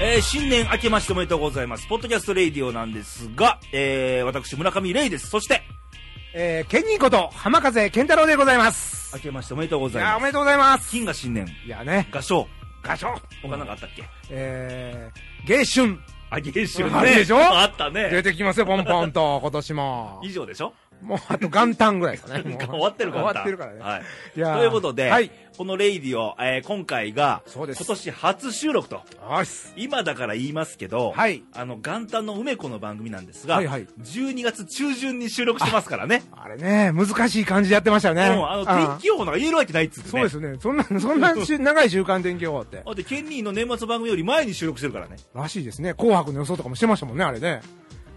えー新年明けましておめでとうございます。ポッドキャストレイディオなんですが、えー、私、村上レイです。そして、えー、ケンニーこと、浜風健太郎でございます。明けましておめでとうごいざいやー、まおす。めでとうございます。金が新年、いやね、合唱、ガション。他なんかあったっけえー、芸春。あ、芸集ね。あるでしょあった出ね。てきますよ、ポンポンと、今年も以。上でしょもう、あと元旦ぐらい ですかね。もう終わってるから。終わってるからね。はい。いやーということで、はいこのレイディオ、えー今回が、そうです今年初収録と。よし。今だから言いますけど、はいあの元旦の梅子の番組なんですが、はいはい12月中旬に収録してますからね、あれね、難しい感じでやってましたよね。もうあの天気気予報なんか言えるわけないっつって、ね、そうですね。そんな、そんな し長い週間天気予報って。だってケンニーの年末番組より前に収録してるからね、らしいですね。紅白の予想とかもしてましたもんね、あれね。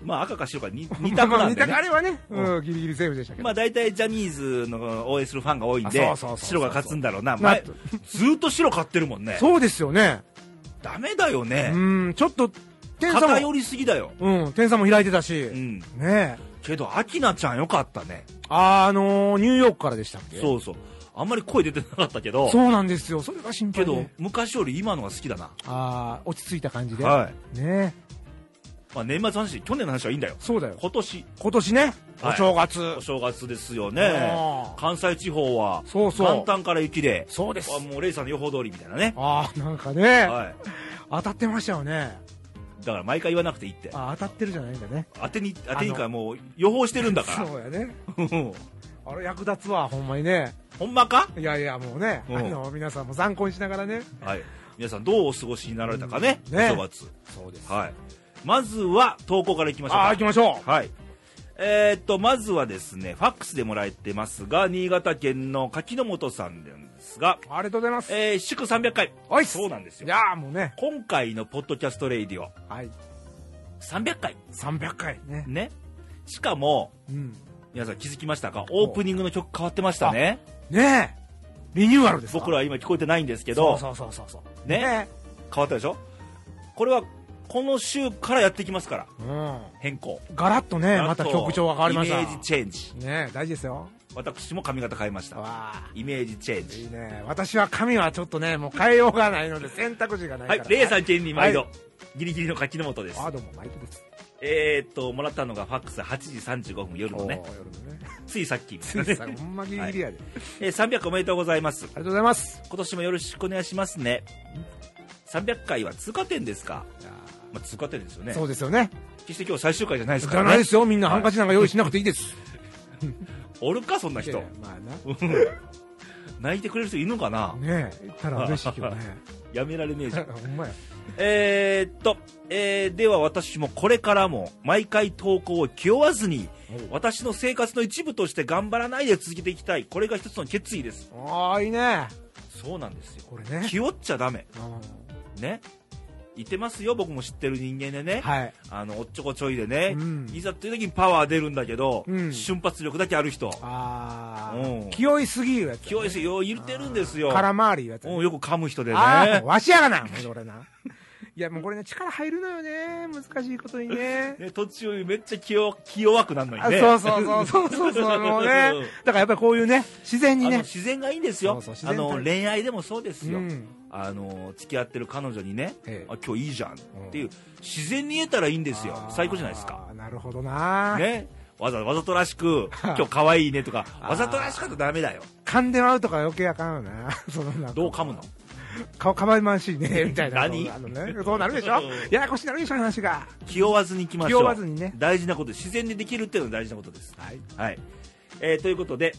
まあ、赤か白かに二択なんで、 まあまあ二択あね、れはね、うん、ギリギリセーフでしたけど。まあ大体ジャニーズの応援するファンが多いんであそうそうそうそう白が勝つんだろうなな前ずっと白勝ってるもんねそうですよね。ダメだようね、ん、ちょっと、点差偏も、りすぎだよ、うん、点差も開いてたし、うん、ねえ。けどアキナちゃんよかったねあー、あのー、ニューヨークからでしたっけそうそうあんまり声出てなかったけどそうなんですよ。それが心け配で、ど昔より今のが好きだなあー、落ち着いた感じで。はいねえ。まあ、年末話去年の話はいいんだよそうだよ。今年今年ね、はいお正月。お正月ですよあねー関西地方はそうそう元旦から雪でそうですあもうレイさんの予報通りみたいなね、あー、なんかね、は当たってましたよね。い、だから毎回言わなくていいってあー当たってるじゃないんだね。当てに当てにかもう予報してるんだかそうやね。らうんあれ役立つわ、ほんまにね。 ほんまか、いやいや、もうね、うんあの、皆さんも参考にしながらね。はい、皆さんどうお過ごしになられたかね,、うんねお正月、そうです。はい、まずは投稿からいきましょうあー、か行きましょう。はい。えーっと、まずはですね、ファックスでもらえてますが、新潟県の柿の本さんなんですが、ありがとうございます。えー祝300回。おいっすそうなんですいよ。やー、もうね、今回のポッドキャストレイディオ、はい。 300回。 300回ね。ね。しかも、うん。皆さん気づきましたかオープニングの曲変わってましたね。ねえ、リニューアルですか僕らは今聞こえてないんですけど、そうそうそうそうそう。ねね変わったでしょこれは、この週からやっていきますから、うん。変更。ガラッとね、またあと曲調が変わりました。イメージチェンジ。ねえ、大事ですよ。私も髪型変えました。わあ。イメージチェンいジ。いね。私は髪はちょっとね、もう変えようがないので、選択肢がなはいかいら。、レイさん県に毎度、はギリギリの柿の本ですあ、。どうも、マイクです。えー、っと、もらったのがファックス8時35分夜のねお、ー夜のね。ついさっき、つ いさ、ほんまギリギリやで。ありえー300おめでとうございます。がとうございます。今年もよろしくお願いしますね。300回は通過点ですか、いやまあ、通過点ですよーね。そうですよね。決して今日最終回じゃないですじかゃらないでね。すよ、みんなはいハンカチなんか用意しなくていいです。おるか、そんないや人いや。まあな。 泣いてくれる人いるのかな、ねえ、言ったら嬉しいけど ね。やめられねえじゃん。ほんまや。えー、っと、えーでは私もこれからも毎回投稿を気負わずに、私の生活の一部として頑張らないで続けていきたい。これが一つの決意です。ああ、いいね。そうなんですよ。これね。気負っちゃダメ。うんね。いてますよ、僕も知ってる人間でね。はい。あの、おっちょこちょいでね、うんいざという時にパワー出るんだけど、うん瞬発力だけある人、あうんあ、気負いすぎるやつ。清いですよ、言ってるんですよ。空回りいうやつね。うんよく噛む人でね。ああ、わしやがな、俺な。いや、もうこれね、力入るのよね。難しいことにね。 ね途中めっちゃ気弱気弱くなるのあにね。そうそうそうそうそうそう、もう ねうん。だからやっぱりこういうね、自然にあのね。自然がいいんですよそうそあう自然体の恋愛でもそうですよ、うんあの付き合ってる彼女にね、ええあ今日いいじゃんっていう、自然に言えたらいいんですよあー最高じゃないですか、。なるほどな。ね、わざわざとらしく 今日可愛いねとかあーわざとらしかったらダメだよ噛んでまうとか余計あかんよな。 そのなんかどう噛むのかかばいまん しいね、みたいな。何あのね、そうなるでしょうんややこしなるでしょ、話が。気負わずにいきましょう気負わずにね大事なこと自然にできるっていうのが大事なことですはい。はい、えーということで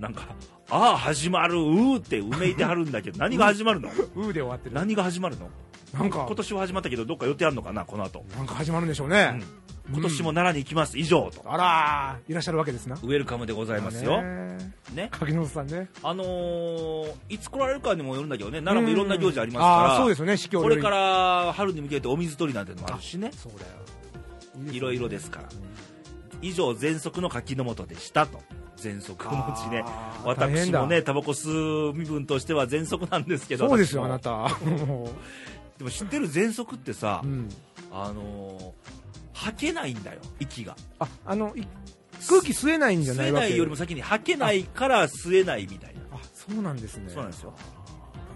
なんか「ああ始まるうー」ってうめいてはるんだけど何が始ま るのうーで終わってる。何が始まるのなんか今、年は始まったけどどっか予定あるのかなこの後なんか始まるんでしょううねん。今年も奈良に行きます以上とあらー、いらっしゃるわけですな。ウェルカムでございますよねね柿の本さんね。あのーいつ来られるかにもよるんだけどね奈良もいろんな行事ありますあかーらそうですよね、四季折こ々れから春に向けてお水取りなんてのもあるしねそうだよ。いろいろですから以上喘息の柿の本でしたと喘息のうちねあー大私変もだねタバコ吸う身分としては喘息なんですけどそうですよ、あ私もなた。 もでも知ってる喘息ってさううん。あのー吐けないんだよ息があ、あの、い空気吸えないんじゃな吸えいわなけいよりも先に吐けないから吸えないみたいなあ、そうなんですね。そうなんですよ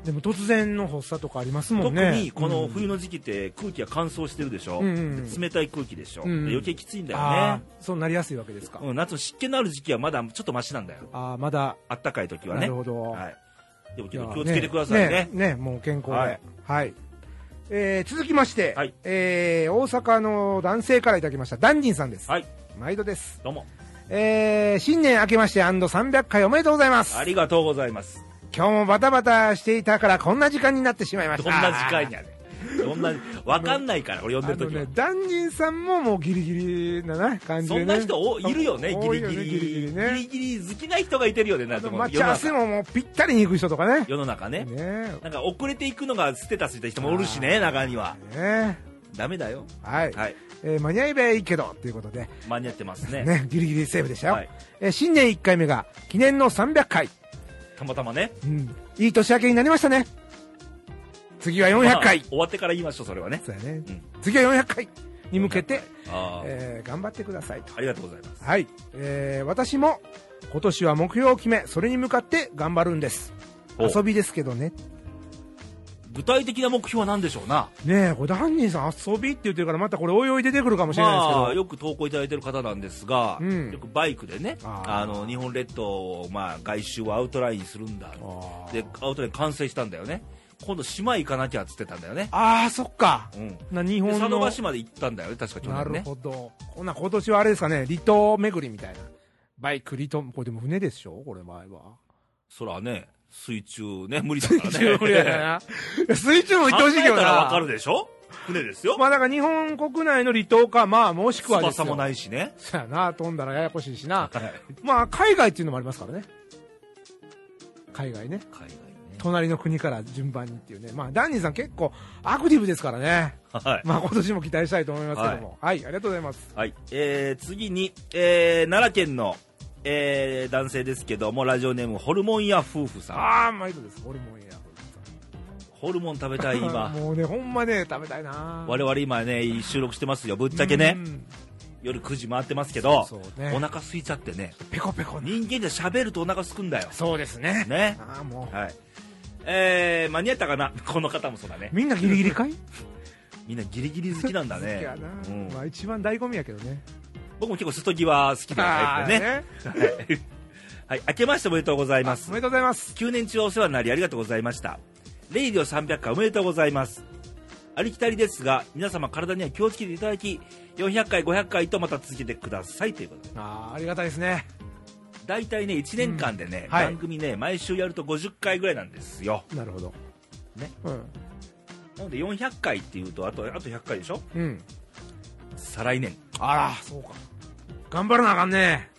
でも突然の発作とかありますも特んねにこの冬の時期って空気が乾燥してるでしょ、うんうんで冷たい空気でしょ、うんうんで余計きついんだよあね、ーそうなりやすいわけですか、うん、夏の湿気のある時期はまだちょっとマシなんだよああまだあったかい時はなねるほど、はい、でもいけやどー気をつけてくださいねねねもう健康でははいい、えー続きまして、はいえー大阪の男性からいただきましたダンディンさんです、はい毎度です、どうもえー新年明けまして &300 回おめでとうございますありがとうございます今日もバタバタしていたからこんな時間になってしまいましどたんな時間やねんどんなわかんないから俺呼んあでるの時は、ね、ダンジンさんももうギリギリなな感じそで、ね、んな人 おいるよねギ多いリギリねギリギリねギリギリ好きな人がいてるよねなんてもう待ち合わせ世の中ももうぴったりに行く人とかね世の中ねねなんか遅れていくのがステータスみたいな人もおるしね中にはねダメだよはい、はいえー間に合えばいいけどということで、間に合ってますねね、ギリギリセーフでしたよ、はいえー新年1回目が記念の300回、たまたまねうん、いい年明けになりましたね次はまあ400回、終わってから言いましょうそれはねそうやねうん次は400回に向けて、あーえー頑張ってくださいとありがとうございますはい、えー私も今年は目標を決めそれに向かって頑張るんですお遊びですけどね具体的な目標は何でしょうなねえこれダンディさん遊びって言ってるからまたこれおいおい出てくるかもしれないですけど、まあ、よく投稿いただいてる方なんですが、うんよくバイクでねああーの日本列島を、まあ、外周をアウトラインにするんだあーでアウトライン完成したんだよね今度島行かなきゃっつってたんだよね、あーそっかうん、でな日本佐の渡島で行ったんだよね確か去な年るねほどほな今年はあれですかね離島巡りみたいなバイク離島これでも船でしょこれ 前はそらね水中ね無理だからねな 水中も行ってほしいけど考えたらなわかるでしょ船ですよ、 まあだから日本国内の離島かまあもしくはです翼よもないしねそうやな飛んだらややこしいしな海まあ海外っていうのもありますからね海外ね外ね隣の国から順番にっていうね、まあ、ダンディさん結構アクティブですからね、はいまあ、今年も期待したいと思いますけども、はい、ありがとうございます。はい、えー、次に、えー、奈良県の、えー、男性ですけどもラジオネームホルモン屋夫婦さんああ、毎度です、ホルモンや。ホルモン食べたい今 もうね、ほんまね、食べたいな。我々々今ね収録してますよぶっちゃけね、夜9時回ってますけどそうそうねお腹空いちゃってねペコペコね。人間で喋るとお腹すくんだよそうですね。ねああ、もう、はいえー、間に合ったかな この方もそうだねみんなギリギリかいみんなギリギリ好きなんだ好きねやな、うんまあ、一番醍醐味やけどね。僕も結構外際好きなタイプでねあーねはい、 はい、明けましておめでとうございますおめでとうございます。 9年中お世話になりありがとうございましたレイディオ300回おめでとうございますありきたりですが皆様体には気をつけていただき400回500回とまた続けてくださいということでああ、ありがたいですね。大体ね1年間でね、うんはい番組ね毎週やると50回ぐらいなんですよなるほど。ね。うん。なので400回っていうとあとあと100回でしょうん。再来年あら、そうか。頑張らなあかんね。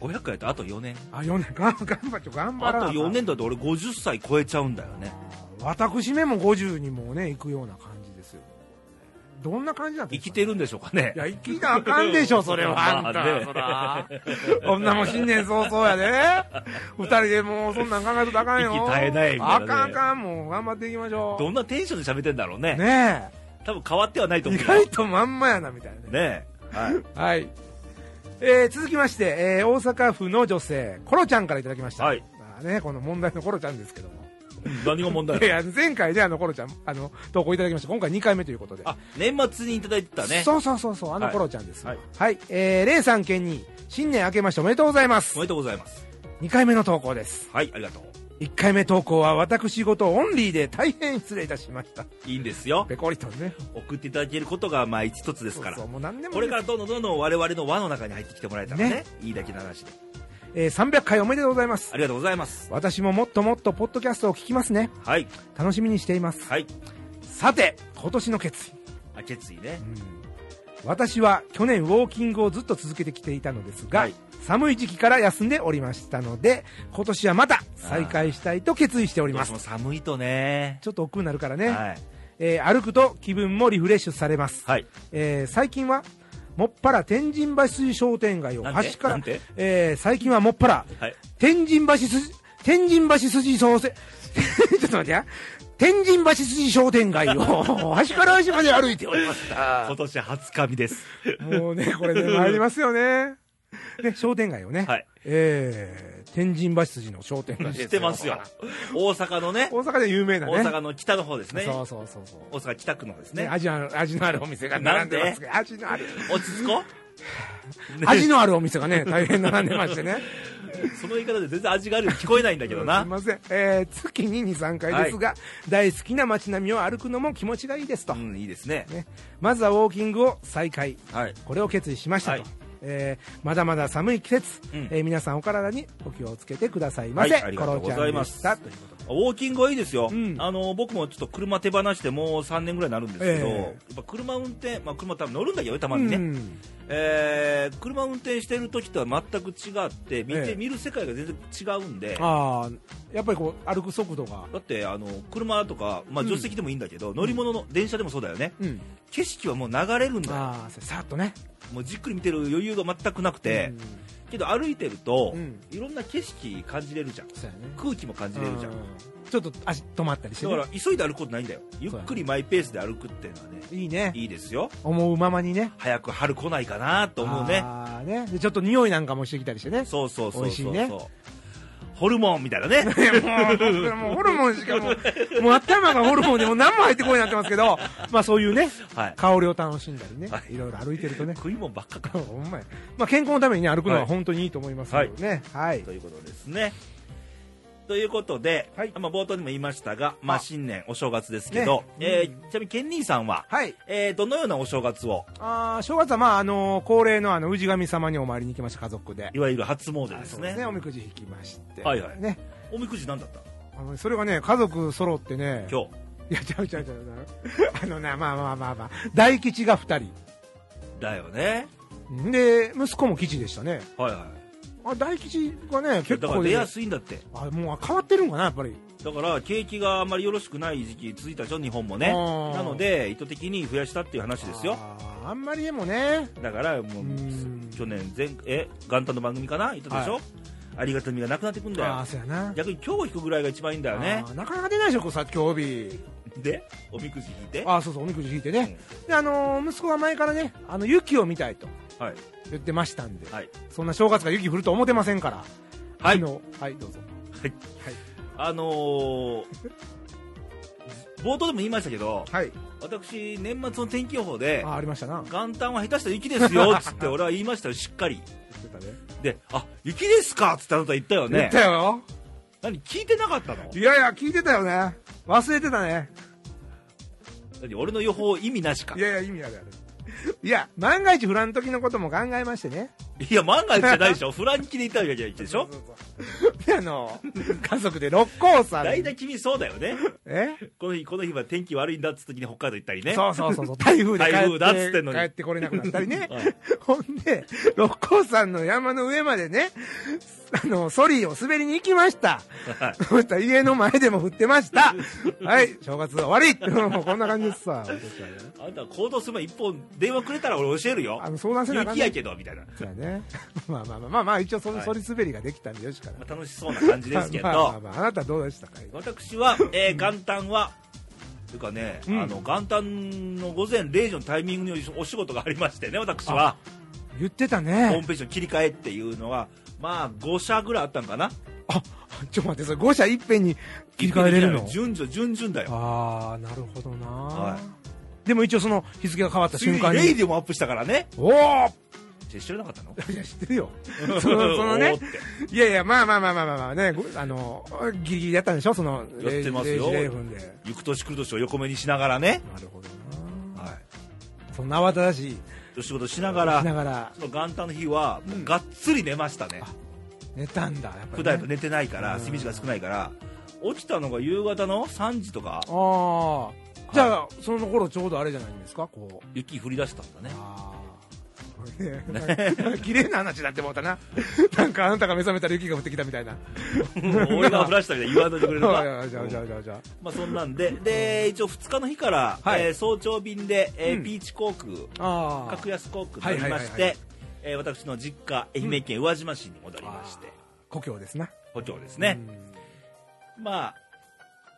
500回だとあと4年あ、4年、 頑張っちょ、頑張あらなとあかん4年だと俺50歳超えちゃうんだよね私めも50にもね行くような感じですよどんな感じなんで生すきかてるんでしょうかねいや生きなあかんでしょそれは まああんねたそら女も新年早々や で二人でもうそんなん考えるとあかんよ息絶えないみたあいなねかんあかんもう頑張っていきましょうどんなテンションで喋ってんだろうねね多分変わってはないとえ意思うよ外とまんまやなみたいなねねえはいはい、えー続きまして、えー大阪府の女性コロちゃんからいただきました、はいまあね、この問題のコロちゃんですけども何が問題いやいや前回ねあのコロちゃんあの投稿いただきました今回2回目ということであ年末にいただいてたねそうそうそうそう、あのコロちゃんです。ははいい。えー、レイさん県に、新年明けましておめでとうございまおすめ。でとうございます2回目の投稿です。はいありがとう1回目投稿は私事オンリーで大変失礼いたしました。いいんですよペコリとね。送っていただけることがまあ一つですからそうそう、もう何でも。これかららどんどんどんどん我々の輪の中に入ってきてもらえたらねねいいだけの話でえー、300回おめでとうございますあ。りがとうございます私ももっともっとポッドキャストを聞きますね。はい楽しみにしています。はいさて、今年の決意。あ決意ね私は去年ウォーキングをずっと続けてきていたのですが、はい寒い時期から休んでおりましたので、今年はまた再開したいと決意しており今ま年すも。寒いとねちょっと億劫になるからね。はいえー歩くと気分もリフレッシュされます、はいえー最近はもっぱら天神橋筋商店街をなんで端かならんで、えー最近はもっぱらはい天神橋筋天神橋筋商店 ちょっと待ってや天神橋筋商店街を 端から端まで歩いておりました今年初神ですもうねこれね参りますよねね、商店街をね。はい。えー、天神橋筋の商店街です知ってますよ。大阪のね、大阪で有名なね。大阪の北の方ですね。そうそうそうそう。大阪北区の方ですね、ね。味のある、味のあるお店が並んでますけど、味のある、落ち着こう。ね味のあるお店がね、大変並んでましてね。その言い方で全然味があるように聞こえないんだけど な。すみません。えー、月に2、3回ですが、大好きな街並みを歩くのも気持ちがいいですと。うん、いいですね。ね、まずはウォーキングを再開。はい。これを決意しましたと。はいえーまだまだ寒い季節、うんえー皆さんお体にお気をつけてくださいませ、はいありがとうございますコロちゃんでしたということでウォーキングはいいですよ、うんあの僕もちょっと車手放してもう3年ぐらいになるんですけど、ええやっぱ車運転、まあ、車多分乗るんだけどねたまにね、うんえー車運転してる時とは全く違って見て、ええ見る世界が全然違うんでああやっぱりこう歩く速度が、だってあの車とか、まあ、うん助手席でもいいんだけど、乗り物の電車でもそうだよねうん、景色はもう流れるんだよああさっとねもうじっくり見てる余裕が全くなくて、けど歩いてると、うんいろんな景色感じれるじゃんうん、そうやね空気も感じれるじゃん、うんちょっと足止まったりして、だねか、ら急いで歩くことないんだよゆっくりマイペースで歩くっていうのはねいいねいいですよ思うままにね早く春来ないかなと思うねあーねでちょっと匂いなんかもしてきたりして ねそうそうそうそう美味しそ、いうねホルモンみたいな ねもうもうホルモンしかもうもう頭がホルモンでもう何も入ってこいになってますけどまあそういうねはい香りを楽しんだりね、、はいろいろ歩いてるとね食いもんばっか かほんまやまあ、健康のために、ね、歩くのははい本当にいいと思いますけどね。はい。ということですねということで、はいまあ、冒頭にも言いましたが、まあ、あ新年お正月ですけど、ねえーうちなみにケンニーさんは、はい。えーどのようなお正月をあー正月は、まあ、あのー恒例の、あの、氏神様にお参りに行きました、家族で。いわゆる初詣あですそうねですね。おみくじ引きまして。はいはいね。おみくじ何だったあの、それがね、家族揃ってね。今日いや、ちゃうちゃうちゃうちゃう。あ のな、まあまあまあまあ。大吉が二人。だよねんで、息子も吉でしたね。はいはあ、大吉がね、いだ結から構出ねやすいんだってあ、もう変わってるんかな、やっぱり。だから景気があんまりよろしくない時期続いたでしょ日本もねあーなので意図的に増やしたっていう話ですよあーあんまりでもね。だからもううん去年前え元旦の番組かな言ったでしょ、はありがたみがなくなってくんだあよあ、そうやな。逆に今日引くぐらいが一番いいんだよねあーなかなか出ないでしょ、こうさっき帯。でおみくじ引いて あそうそうおみくじ引いてね、であのー息子が前からねあの雪を見たいとはい言ってましたんで、はいそんな正月が雪降ると思ってませんからはいあのはいどうぞあのー冒頭でも言いましたけどはい私年末の天気予報であありましたな元旦は下手したら雪ですよっつって俺は言いましたよしっかり言ってたねであ雪ですかっつってあなた言ったよ言ねったよ何聞いてなかったのいやいや聞いてたよね忘れてたね何俺の予報意味なしかいやいや意味あるあるいや万が一フラン時のことも考えましてねいや万が一じゃないでしょ フランキでいたわけじゃないでしょそうそう そうであの家族で六甲山大体君そうだよねえこの日、この日は天気悪いんだっつった時に北海道行ったりね。そうそうそうそう 台風で帰台っ風てだっつってんのに帰ってこれなくなったりね、はいほんで六甲山の山の上までねあのソリーを滑りに行き ましたはいそしたら家の前でも降ってましたはい正月は終わりもうこんな感じですさ私はねあんた行動すれば一本電話くれたら俺教えるよあ。の相談せなあかん雪ねやけど、みたいな。まそうやね まあまあまあまあまあ一応そのはいソリ滑りができたんでよしから、あ、楽しそうな感じですけまあまあど、まああなたどうでしたか私は、えー元旦は、というかね、うんあの、元旦の午前0時のタイミングにお仕事がありましてね、私は、言ってたホーねムページの切り替えっていうのが、まあ、5社ぐらいあったんかな。あちょっと待ってそれ5社いっぺんに切り替えれるの順序、順々だよ。ああなるほどな、はでも一応その日付が変わったつい瞬に間レイにディオもアップしたからね。おおい知らなかったのや知ってる よ そのそのおーねっていやいやまあまあまあまあまあまあねごあのギリギリやったんでしょそのやってますよ0時0分で行く年来る年を横目にしながらね、なるほどなはそんな慌ただしいい、お仕事しながらしながらその元旦の日はもうがっつり寝ましたね、あ寝たんだやっぱ普り、段やっねぱ、寝てないからうん睡眠時間少ないから起きたのが夕方の3時とかああじゃあ、その頃ちょうどあれじゃないんですかこう雪降り出したんだねああ綺麗な話だって思ったななんかあなたが目覚めたら雪が降ってきたみたいな俺が降らしたみたいに言わんといてくれる のかじゃあじゃあじゃあじゃあまあそんなんでで一応2日の日から、はいえー早朝便で、えーうんピーチ航空ああ格安航空に乗りましはいはいはいはてえー私の実家愛媛県宇和島市に戻りまして、故郷ですな補強ですね、まあ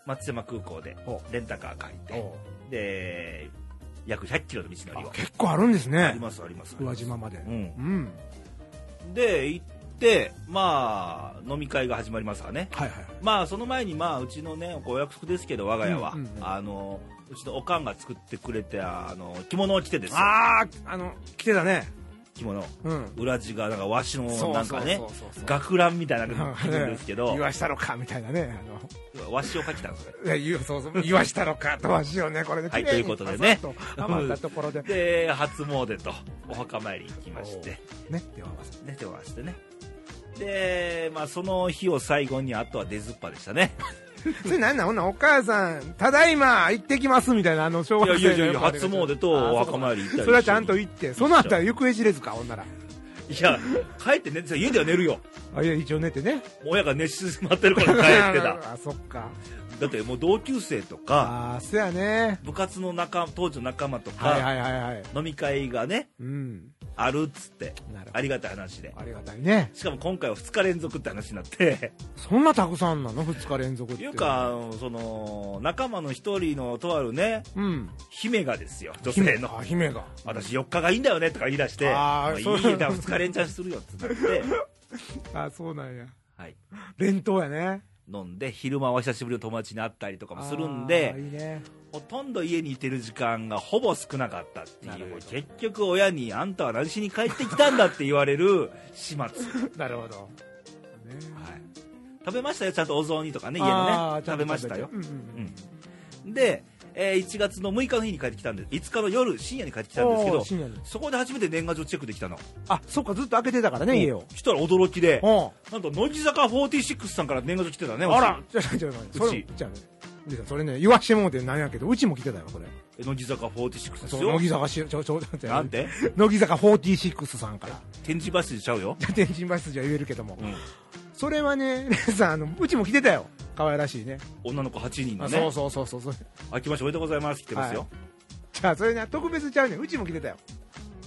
松山空港でおレンタカー借りうんておで約100キロの道のりあを結構あるんですあねりますありますあり宇ま和す島までうんうんで行ってまあ飲み会が始まりますからねはいはい。まあその前にまあうちのねお約束ですけど我が家は、うんうんうんあのうちのおかんが作ってくれてあの着物を着てですよああ、あの、来てたね。着物うん。裏地がなんか和紙のなんかねそうそうそうそう学ランみたいなの着るんですけど 言わしたのかみたいなね。あの和紙をかきたんですよいや、言う、そうそう、言わしたのかとはしようね、これで。はい綺麗にということでねパサッと余ったところで。で初詣とお墓参り行きましてね、手を合わせて。ね手を合わせてねでまあその日を最後にあとは出ずっぱでした ねそれなんなんほんならお母さん、ただいま、行ってきますみたいな、あの、小いや学い生やのいやいやよくある初詣とおあそう墓か参り行ったりそれはちゃんと行って、その後は行方知れずか、ほんなら。いや帰って寝てた家では寝るよあ、いや、一応寝てね。親が寝静まってるから 帰ってたあ、そっか。だってもう同級生とかああ、そやね。部活の仲当時の仲間とか、はいはいはいはい。飲み会がねうん。あるっつってなるほありがたい話でど。ありがたいね。しかも今回は2日連続って話になって そんなたくさんなの ?2 日連続っとて。いうか、あのその仲間の一人のとあるねうん。姫がですよ女性のあ、姫が。私4日がいいんだよねとか言い出して「あーもういいそうだ2日連チャンするよ」ってな って、あ、そうなんや。はい、連投やね。飲んで昼間は久しぶりの友達に会ったりとかもするんであーいいね。ほとんど家にいてる時間がほぼ少なかったってなるいほうど結局親に「あんたは何しに帰ってきたんだ」って言われる始末、はい、なるほど。ね食べましたよちゃんとお雑煮とかね家のあねーちゃ食んべとましたようんうんうんで、えー1月の6日の日に帰ってきたんで5日の夜深夜に帰ってきたんですけおーど深夜にそこで初めて年賀状チェックできたの、あ、そっか、ずっと開けてたからね、家を。したら驚きでうん。なんと乃木坂46さんから年賀状来てたねあら、じゃあ、じゃあ、それうち、じゃあね、でそれね、言わしてもうてなんやけど、うちも来てたよ、それ。私乃木坂46ですそう、よ乃木坂し、ちょ、ちょ、ちょ、なんて 乃木坂46さんから。天神橋でちゃ うよ、天神橋筋は言えるけども。うんそれはね、レンさん、あの、うちも来てたよ。可愛らしいね。女の子8人のあねそうそうそうそうそう。あきましておめでとうございます来てますよ、じゃあ、それね、特別ちゃうね。うちも来てたよ。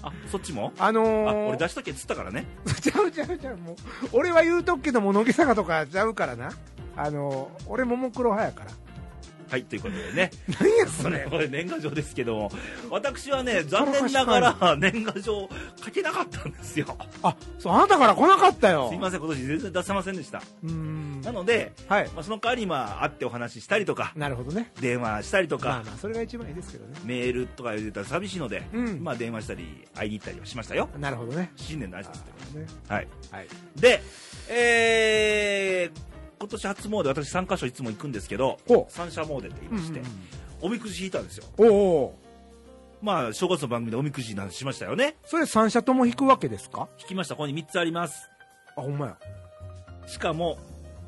あそっちもあのー、あ俺出しとけっつったからねちゃうちゃうちゃう、もう。俺は言うとくけども、乃木坂とかちゃうからな。あのー、俺、ももクロ派やかはいということでねら。何や、 そそれれ。これ年賀状ですけども私はね残念ながら年賀状書けなかったんですよあ、そう、あなたから来なかったよ。すいません今年全然出せませんでしたうーん。なので、はい。まあ、その代わりまあ会ってお話ししたりとかなるほどね。電話したりとか、まあまあ、それが一番いいですけどね。メールとか入れたら寂しいので、うんまあ、電話したり会いに行ったりはしましたよなるほどね。新年の挨あ拶でーねはいはい。でえー今年初詣私3カ所いつも行くんですけどお三社詣って言いまして、おみくじ引いたんですよおおまあ正月の番組でおみくじなんてしましたよねーそれ三社とも引くわけですか引きましたここに3つありますあ、ほんまや。しかも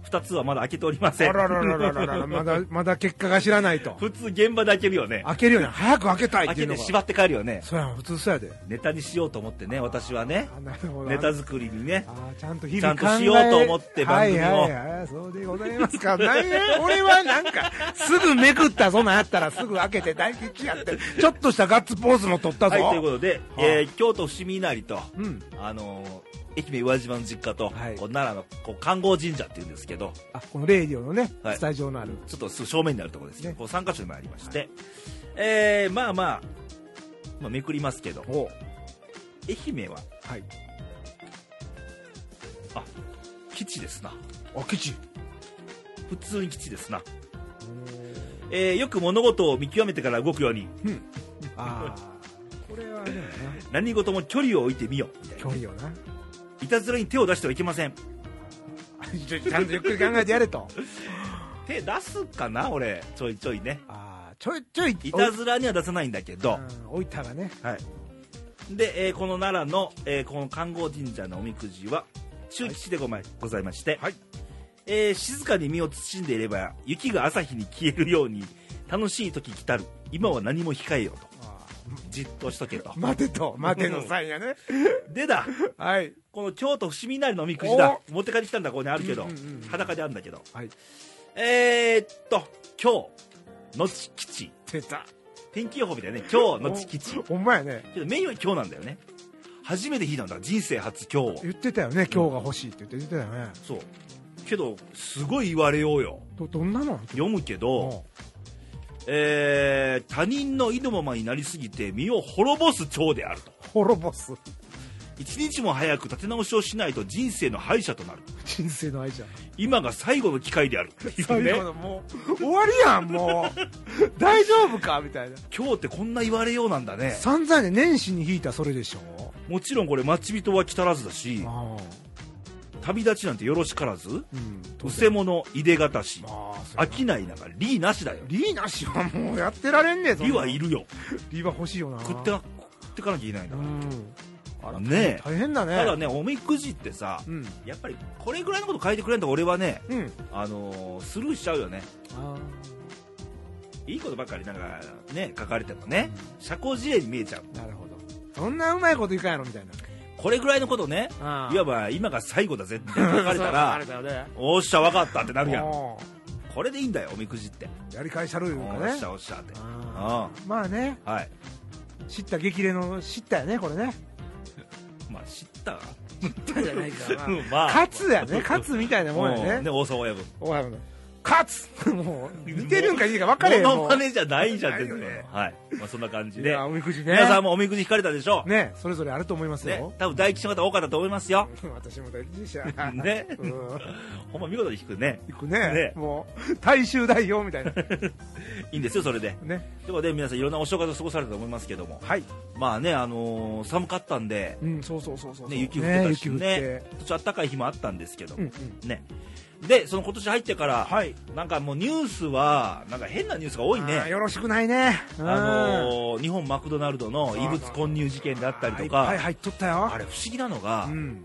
2つはまだ開けておりまあせんららららららら、まだ、まだ結果が知らないと。 普通現場で開けるよね開けるよね。早く開けたいっ開ていうけのてが。縛って帰るよねそうやん、普通そうやで。ネタにしようと思ってね私はねあ、なるほど。ネタ作りにねあーちゃんと日ちゃ々ん考とえしようと思って番組をはいはいはい、そうでございます か。なんや、俺はなんか、すぐめくった、そんなんやったらすぐ開けて大吉やって、ちょっとしたガッツポーズも取ったぞ。はいということで、あえー京都伏見稲荷と、うん。あのー愛媛宇和島の実家と、はいこう奈良のこう観光神社っていうんですけどあ、このレイディオのね、はいスタジオのある。ちょっとすぐ正面になるところですねねこう3か所にもありまして、えーまあまあ、まあ、めくりますけどお愛媛ははい。あ基地ですなあ、吉。普通に基地ですな、えーよく物事を見極めてから動くようにああ。これはね、何事も距離を置いてみよみたいな距離よな。 いたずらに手を出してはいけませんちょちゃんとゆっくり考えてやれと。手出すかな俺ちょいちょいねああ、ちょいちょい、いたずらには出さないんだけど、うん置いたらね。はい、で、えーこの奈良の、えーこの観光神社のおみくじは中吉でご,、まございまして、はいえー静かに身を慎んでいれば雪が朝日に消えるように楽しい時来たる今は何も控えようとあじっとしとけ とー 待てと、待ての際やね。でだはい。この京都伏見稲荷のおみくじだ持って帰ってきたんだここにあるけど、うんうんうん裸であるんだけどはい。えー、っと今日のち吉出た。天気予報みたいなね今日のち吉ほんまやね。けどメインは今日なんだよね初めて引いたんだ人生初今日を言ってたよね今日が欲しいって言って言ってたよねそうけどすごい言われようよどどんなの読むけど、えー他人の意のままになりすぎて身を滅ぼす蝶であると滅ぼす一日も早く立て直しをしないと人生の敗者となる人生の愛じゃん今が最後の機会であ るっていう最後ねのもう終わりやんもう 大丈夫かみたいな今日ってこんな言われようなんだね散々ね年始に引いたそれでしょもちろんこれ待ち人は来たらずだしああ旅立ちなんてよろしからずうん当う然せ者いでがたしまあ商いなんか利なしだよリーなしはもうやってられんねえぞ利はいるよリーは欲しいよな食ってな食ってかなきゃいけないんうだかんあらねえ大変だねらただねおみくじってさうんやっぱりこれぐらいのこと書いてくれんと俺はねうんあのースルーしちゃうよねあいいことばっかりなんかね書かれてもね社交辞令に見えちゃうあなるほどそんなうまいこといかんやろみたいなこれぐらいのことねああいわば今が最後だぜって書かれたら そう書かれたよねおっしゃ分かったってなるやんもこれでいいんだよおみくじってうやり返したるいうおかっねしゃおっしゃってあああまあねあはい知った激励の知ったやねこれねまあ知ったわ知ったじゃないか ま 勝つやね勝つみたいなもんやうんねね大沢親分おはようの勝つ もう似てるんかいいか分かれへんモもノうマネじゃないじゃんってないよねはいまあそんな感じいでやおみくじね皆さんもおみくじ引かれたでしょうねそれぞれあると思いますねよ、多分大吉の方多かったと思いますよ。 私も大事でしね、 うんほんま見事に引くね。行くねねもう大衆代表みたいないいんですよ、それで。ねということで、皆さんいろんなお正月を過ごされたと思いますけども。はいまあね、あのー寒かったんで、うんそうそうそうそうね、雪降ってたしねね、ちょっと暖かい日もあったんですけど雪降っも。てうんね。で、その今年入ってから、はいなんかもうニュースは、なんか変なニュースが多いあーね。よろしくないねあうんのー日本マクドナルドの異物混入事件であったりとあーいっぱいか、入っとったよあれ不思議なのがう、ん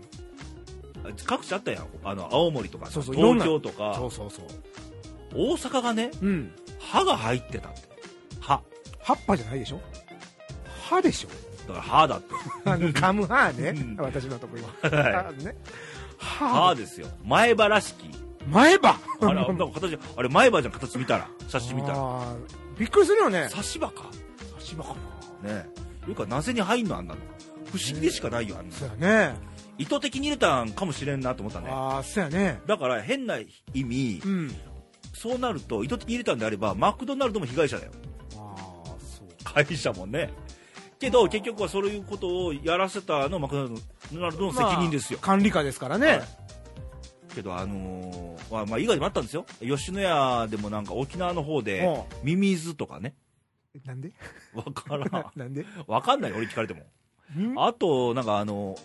各地あったやん。あの、青森とかさ、そうそういろん東な京とそかう、そうそう大阪がね、うん歯が入ってたって歯葉っぱじゃないでしょ歯でしょだから歯だってあの噛む歯ねうん私のとこ今はい歯ね歯歯ですよ前歯らしき前歯あれなんか形あれ前歯じゃん形見たら写真見たらあーびっくりするよね差し歯か足場かなねえいうかなぜに入んのあんなの不思議でしかないよあんなそうやね意図的に入れたんかもしれんなと思ったねああそうやねだから変な意味うんそうなると意図的に入れたんであればマクドナルドも被害者だよああそう会社もねけど結局はそういうことをやらせたのはマクドナルドの責任ですよまあ管理下ですからね、はいけどあのーまあ、まあ以外にもあったんですよ吉野家でもなんか沖縄の方でおうミミズとかねなん でわからんなんでわかんない俺聞かれてもうんあとなんかあの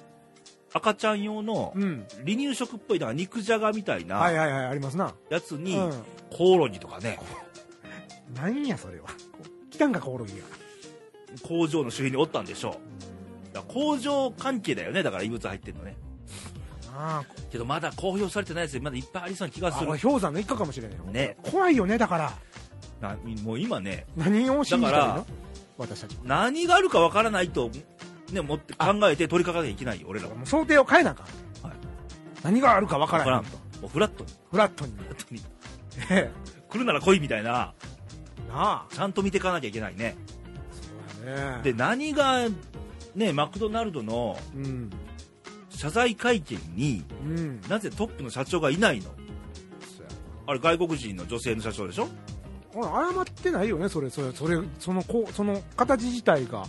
赤ちゃん用のうん離乳食っぽいなんか肉じゃがみたいはいなはいはいありますなやつにうんコオロギとかね何やそれは来たんかコオロギが工場の周辺におったんでしょうだから工場関係だよねだから異物入ってるのねあけどまだ公表されてないですよまだいっぱいありそうな気があすこるれ氷山の一角かもしれないよね怖いよねだからなもう今ね何を信じただらいいからの私たちは何があるかわからないと、ね、持って考えて取り掛かなきゃいけないよ俺らはもう想定を変えなあかん、はい何があるか分かわらからなんいともうフラットにフラットにねフラットにえ来るなら来いみたいななあちゃんと見ていかなきゃいけないねそうやねで何がねマクドナルドのうん謝罪会見にうんなぜトップの社長がいないのそうやあれ外国人の女性の社長でしょあ謝ってないよねそれそれそれそのこうその形自体が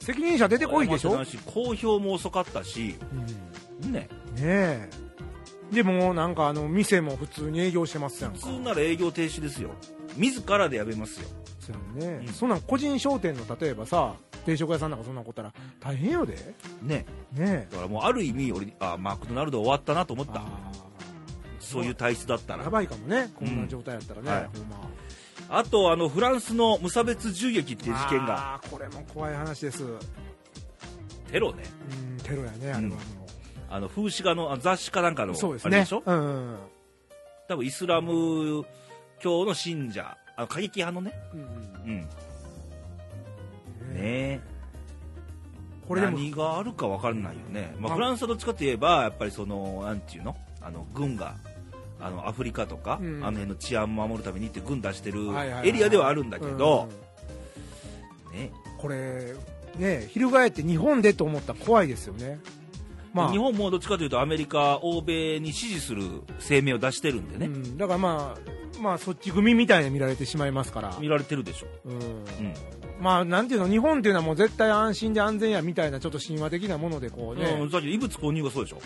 責任者出てこいでしょ、謝ってない公表も遅かったしうん、ねねえでもなんかあの店も普通に営業してますやん普か通なら営業停止ですよ自らでやめますよそうやんね、うんそんなん個人商店の例えばさ定食屋さんなんかそんなんこったら大変よでねねえだからもうある意味俺あマクドナルド終わったなと思ったあそういう体質だったーらやばいかもねこんうなん状態やったらね、はいほんまあとあのフランスの無差別銃撃っていう事件があーこれも怖い話ですうんテロねテロやねあれはもあの風刺画のあの雑誌かなんかう、のそうですあれねでしょうんうん多分イスラム教の信者あの過激派のねうんうんねうんねえこれでも何があるか分からないよね、まあ、あフランスはどっちかといえばやっぱりそのなんていうのあの軍があのアフリカとか、うんあの辺の治安守るためにって軍出してるはいはいはいエリアではあるんだけどうん、ねこれね翻って日本でと思ったら怖いですよねまあ日本もどっちかというとアメリカ、欧米に支持する声明を出してるんでね、うん、だからまあ、まあ、そっち組みたいに見られてしまいますから、見られてるでしょ、ううんん、まあ、なんていうの、日本っていうのはもう絶対安心で安全やみたいな、ちょっと神話的なもので、こうね、うん、さっきの異物購入がそうでしょ、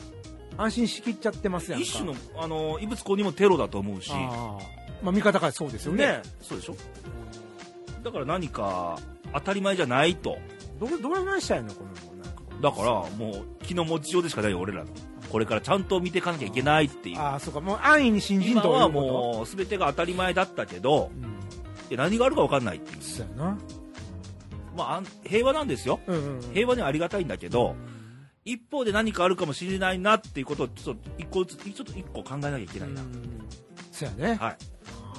安心しきっちゃってますやんか。一種のあの異物購入もテロだと思うし、あーまあ、見方からそうですよね。ね、そうでしょ、だから何か当たり前じゃないと、どれ、どれぐらいしたいのこの、なんか。だからもう、気の持ちようでしかないよ、俺らの、これからちゃんと見ていかなきゃいけないっていう、ああ、そうか、もう安易に新人今とはいうこともう、すべてが当たり前だったけど、うん、で何があるか分かんないっていう、そうやな。まああん、平和なんですよ、うんうんうん。平和にはありがたいんだけど、一方で何かあるかもしれないなっていうことを、ちょっと一個ずつ、ちょっと一個考えなきゃいけなういな、んそうやね。はい、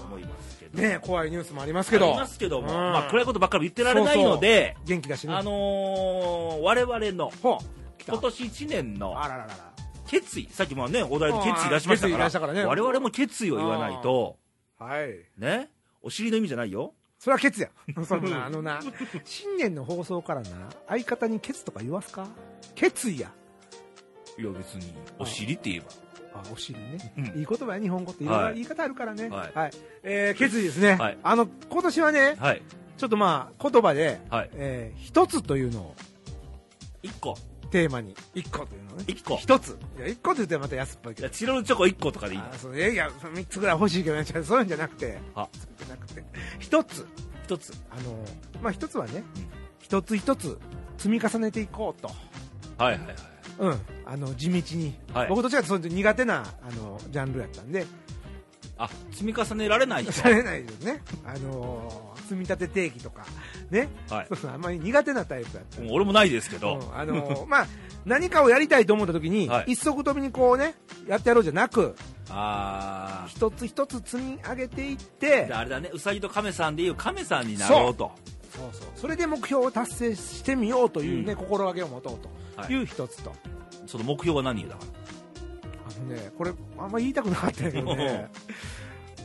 思いますけど。ねえ怖いニュースもありますけあど。りますけども、うんまあ、暗いことばっかり言ってられないので、元気だしね。あのー我々のほう。今年1年のあらららら。決意、さっきもね、お題で決意出しましたかうん決意ら、出したからね我々も決意を言わないと、はい。ね、お尻の意味じゃないよ。それはケツや。 そんな、あのな、新年の放送からな、相方にケツとか言わすか決意や。いや、別に、お尻って言えば。あ、お尻ね。うんいい言葉や、日本語っていろいろはい言い方あるからね。はいえー、決意ですね。はいあの、今年はね、はい、ちょっとまあ、言葉で、はい。えー、一つというのを1個、テーマに、一個というのね。 1個。い一つ。いや、一個って言ったらまた安っぽいけどや、。チロルチョコ1個とかでいいのあ。そういや、三つぐらい欲しいけどね、違うそういうんじゃなくて。あそういうんじゃなくて。一つ。 1つ。あの、まあ、一つはねうん、一つ一つ積み重ねていこうと。はいはいはい。うん、あの地道に、はい僕どちらかというと苦手なあのジャンルやったんで、あ、積み重ねられない人さ。れないですね、あのー積み立て定期とか、ね、はいそう。そうあんまり苦手なタイプやったんもでう俺もないですけうど。んあのー まあ、何かをやりたいと思った時に、はい一足飛びにこうね、やってやろうじゃなく、あ一つ一つ積み上げていっー。てで、あれだね、うさぎとカメさんでいうカメさんになろうと。そうそうそれで目標を達成してみようというね、うん心がけを持とうはといいう一つと、その目標は何だかあのね、これ、あんま言いたくなかったんやけど ね、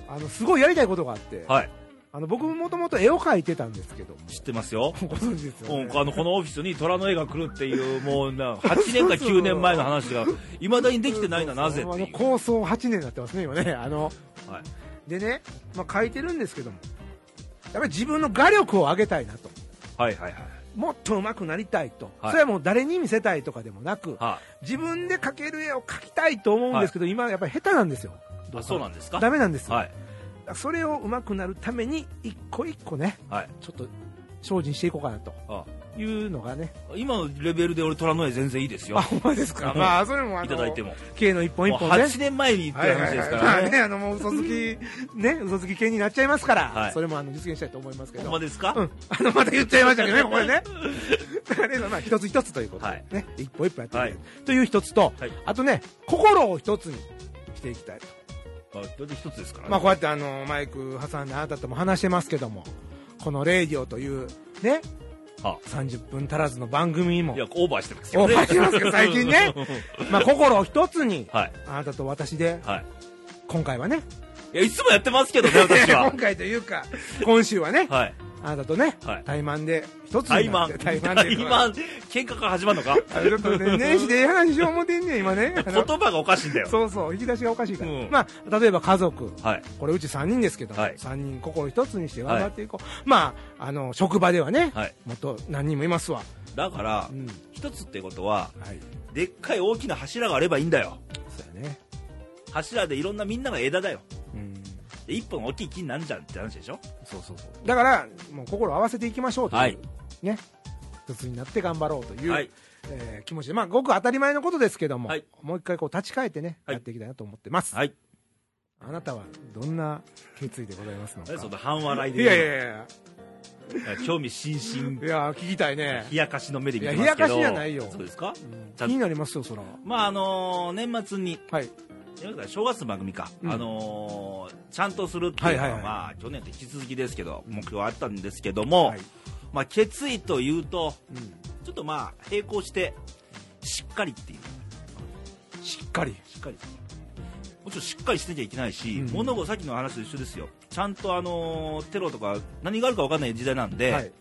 あのすごいやりたいことがあって。ら。はい。あの僕もともと絵を描いてたんですけども知ってますよ。ご存知ですよ、うねん、あのこのオフィスに虎の絵が来るっていう、もう な8年か9年前の話が、いまだにできてないのはなぜっあていのう、構想8年になってますね今ねあのはい、でね、まあ、描いてるんですけどもやっぱり自分の画力を上げたいなとはいはいはい、もっと上手くなりたいと、はいそれはもう誰に見せたいとかでもなく、は自分で描ける絵を描きたいと思うんですけど、今やっぱり下手なんですよい、あそうなんですか、ダメなんですよ、はいそれを上手くなるために一個一個ねはい、ちょっと精進していこうかなとあいうのがね今のレベルで俺、虎の絵全然いいですよあ、ほんまです か、うんまあそれもあのいただいても、系の一本もう一本ね8年前に言ってる話ですかはいらはいはいまあね、ね、あのもう嘘つき、ね、嘘つき系になっちゃいますから、はいそれもあの実現したいと思いますけほんど、まですか、うん、あのまた言っちゃいましたけどね、ここで ね、だからねまあ、一つ一つということで、ね一歩一歩やっていく、はいという一つと、はいあとね、心を一つにしていきたいと、あだって一つですからね、まあ、こうやってあのマイク挟んで、あなたとも話してますけども、このレイディオという、ね、は30分足らずの番組にもい、や、オーバーしてますオーバーしてますけど最 近ねまあ、心を一つに、はい、あなたと私で、はい、今回はね、いや、いつもやってますけどね、私は 今。回というか、今週はね、はい、あなたとね、はい対マンで一つ怠になっ慢て、怠慢マンで喧嘩から始まるのか、あちょっとね年始でええ話しよう思てんねん今 ねあ言の葉がおかしいんだよ、そうそう引き出しがおかしいから、うんまあ例えば家族はい、これうち3人ですけど、はい3人心一つにして頑張っていこう、まああの職場ではね、はい、もっと何人もいますわ、だからう、ん一つってことは、はい、でっかい大きな柱があればいいんだよそうやね、柱でいろんなみんなが枝だようん、で一本大きい木になんじゃんって話でしょそうそうそうだからもう心を合わせていきましょうという、はいね一つになって頑張ろうという、はいえー気持ちでまあごく当たり前のことですけども、はいもう一回こう立ち返ってね、はいやっていきたいなと思ってます、はいあなたはどんな決意でございますのか何その半笑いいでやいやいや興味津い々や聞きたいね、冷やかしの目で見ていますやけど冷やかしじゃないよそうですかうんちゃ気んになりますよそらまああのー年末にはい年末だ正月の番組か、うんあのーちゃんとするっていうのは,、はいはいはいまあ、去年と引き続きですけど目標はあったんですけども、はいまあ、決意というとうんちょっとまあ並行してしっかりっていうしっかりしっかりもちろんしっかりしなきゃいけないし、うん物事さっきの話と一緒ですよちゃんとあのーテロとか何があるか分かんない時代なんで、はい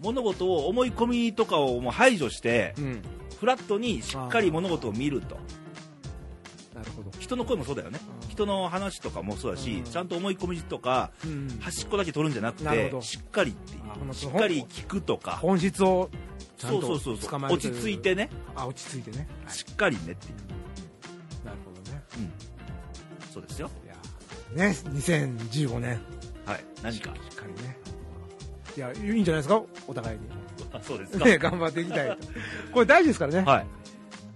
物事を思い込みとかをもう排除してうんフフラットにしっかり物事を見るとなるほど、人の声もそうだよねうん人の話とかもそうだし、うんちゃんと思い込みとかうん端っこだけ取るんじゃなくなるほてどしっかりっていあこのうしっかり聞くとか本質をちゃんそうそとうそうそ捕うまえ落るとちいう着いてねあ落ち着いてね、はいしっかりねっていうなるほどねそうですよいやね2015年はい何 かしっかりねいやいいんじゃないですかお互いにあそうですかね頑張っていきたいとこれ大事ですからねはい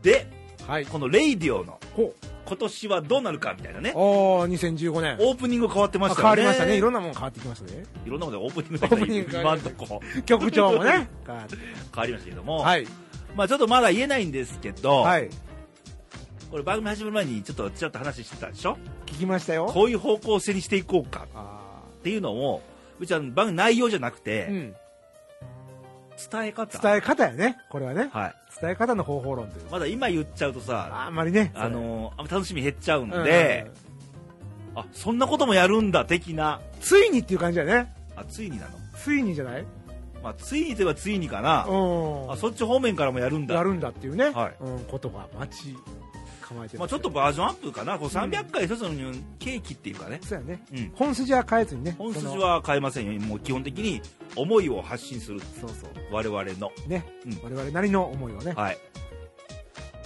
ではいこのレイディオのほ今年はどうなるかみたいなねうおー2015年オープニング変わってまあした変よねわりましたねいろんなもん変わってきましたねいろんなことでオープニングだけどオープニング変わ今りんましたとこ曲調 もね変わって変わりましたけども、はいまあちょっとまだ言えないんですけど、はいこれ番組始まる前にちょっとちらっと話してたでしょ聞きましたよこういう方向性にしていこうかあっていうのをうちは番組内容じゃなくて、ーうん伝え方伝え方やねこれはねはい、伝え方の方法論というまだ今言っちゃうとさあんまりねあのあんま楽しみ減っちゃうそんれでうん、あそんなこともやるんだ的なついにっていう感じだねあついになの、ついにじゃないまあ、ついにといえばついにかな、うんあそっち方面からもやるんだやるんだっていうね、はいうん、ことが待ち構えてまあ、ちょっとバージョンアップかなこう300回一つのケーキっていうかね、そうやねうん、本筋は変えずにね本筋そのは変えませんよもう基本的に思いを発信するそうそう我々 のね、うん我々なりの思いをねはい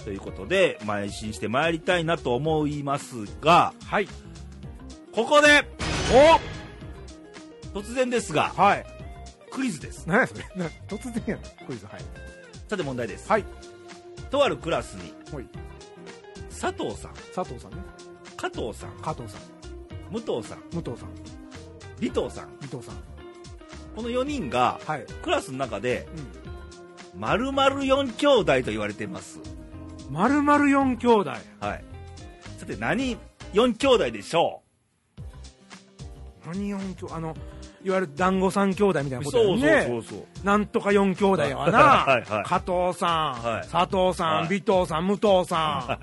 ということで邁進してまいりたいなと思いますがはいここでお突然ですがはいクイズです何やそれな突然やなクイズはいさて問題です、はいとあるクラスにほい佐藤さん佐藤さんね加藤さん加藤さん武藤さん武藤さん李藤さん伊藤さんこの4人がはい、クラスの中でう丸々4兄弟と言われてますん、丸々4兄弟はいさて何4兄弟でしょ何4兄あのいわゆる団子三兄弟みたいなうことだよねうそうなんとか4兄弟やわなはいはい加藤さん、はい佐藤さん、はい尾藤さん武藤さ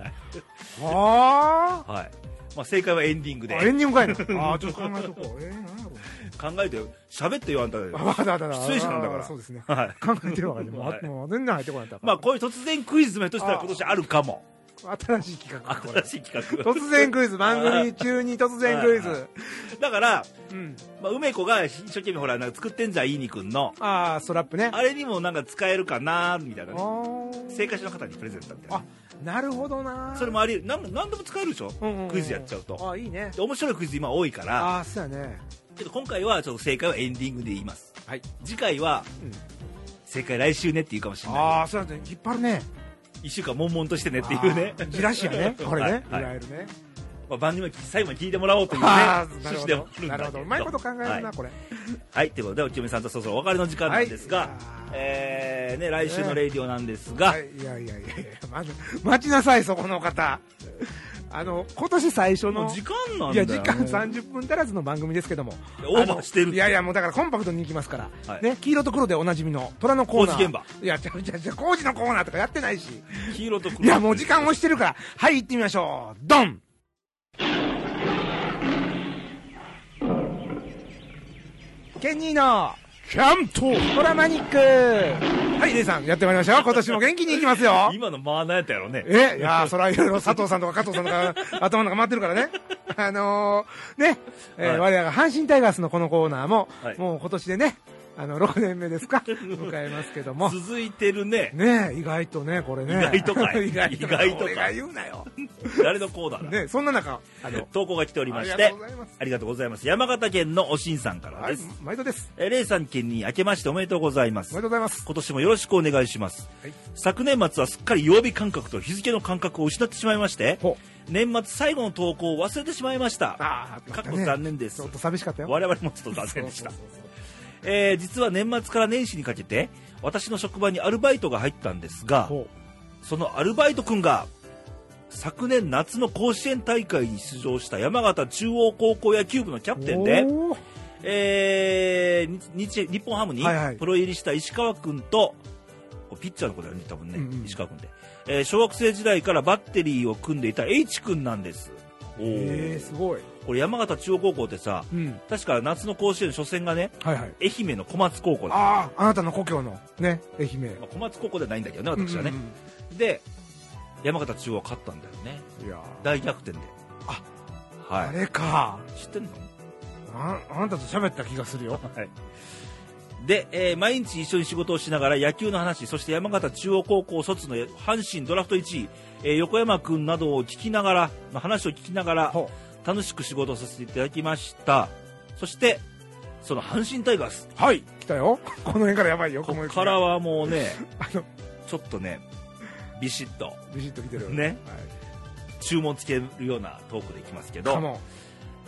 んははい。まあ、正解はエンディングあで。エンディングかいなあーちょっと考えとこうえー、何やろ考えてよ、喋ってよ、あんたで。うあわかったわかった失礼者なんだからあーそうですねはい。考えてるわかったもうはいもう全然入ってこなかったまあ、こういう突然クイズもひょっとしたら今年あるかも。新しい企画これ新しい 企画。突然クイズ番組中に突然クイはズだから、うんまあ、梅子が一生懸命ほら、なんか作ってんじゃん、いいにくんの。ああストラップねあれにもなんか使えるかなみたいなあね。ー正解者の方にプレゼントみたいな。なるほどなそれもあり得る。なんなんでも使えるでしょうんうんうんクイズやっちゃうと。あいいねで面白いクイズ今多いから、ああそうやねちょっと今回はちょっと正解はエンディングで言います。はい、次回は、うん正解来週ねって言うかもしれない。ああそうやね引っ張るね一週間悶々としてねっていうねあ。ーじらしやねこれね、はいはいいわゆるね まあ、番組は最後に聞いてもらおうというねあ ーな趣るほ旨でもあどるんなだけるほどどうまいこと考えるな、はい、これはい、ということでお清めさんとそろそろお別れの時間なんですが、はいえーね、来週のレイディオなんですが、はい、いやいやいやいや、まず、待ちなさい、そこの方。あの、今年最初もうの時、間なんいだや、よ、ね、時間30分足らずの番組ですけども。オーバーしてあるのいやいや、もうだからコンパクトに行きますから。はいね、黄色と黒でおなじみの虎のコーナー。工事現場。いや、ちゃうちゃうちゃう、工事のコーナーとかやってないし。黄色と黒いや、もう時間押してるから。はい、行ってみましょう。ドンケニーのキャントトラマニックはい、レイさん、やってまいりましたよ。今年も元気に行きます よ。今の間なんやったやろねえいやーそれはいろいろ佐藤さんとか加藤さん とか頭の中回ってるからね。あのー、ね、えーはい我らが阪神タイガースのこのコーナーも、はいもう今年でね、あの、6年目ですか、迎えますけ ども。続いてるねね意外とね、これね。意外とかい 意外と意外とか俺が言うなよ。誰のコーナーだ、ねそんな中、あの、投稿が来ておりましありがてとうございますありがとうございます山形県のおしんさんからはいです、、毎度です。えーレイさん県に明けましておめでとうございますおめでとうございます。今年もよろしくお願いします、はい昨年末はすっかり曜日感覚と日付の感覚を失ってしまいましてほ年末最後の投稿を忘れてしまいましたああ、かっこ残念ですちょっと寂しかったよ。我々もちょっと残念でしたそうそうそうえー実は年末から年始にかけて私の職場にアルバイトが入ったんですがそうほそのアルバイト君が昨年夏の甲子園大会に出場した山形中央高校野球部のキャうプテンで、おーえー日日本ハムにはいはいプロ入りした石川君と、ピッチャーの子だよね、多分ね、うんうん石川君って、えー小学生時代からバッテリーを組んでいた H 君なんです。おーえー、すごい。これ山形中央高校ってさ、うん。確か夏の甲子園の初戦がね、はいはい。愛媛の小松高校だ。ああ、あなたの故郷のね、愛媛。まあ小松高校ではないんだけどね、私はね。うんうんうんで山形中央勝ったんだよねいや大逆転であはあれかい知ってんのああんたと喋った気がす るよで、えー毎日一緒に仕事をしながら野球の話そして山形中央高校卒の阪神ドラフト1位、えー横山君などを聞きながら、まあ話を聞きながらほ楽しく仕事をさせていただきましたそしてその阪神タイガースうはい来たよこの辺からやばいよこのこ辺からはもうねあのちょっとねビシッとビシッと来てるねはい注文つけるようなトークでいきますけどカモン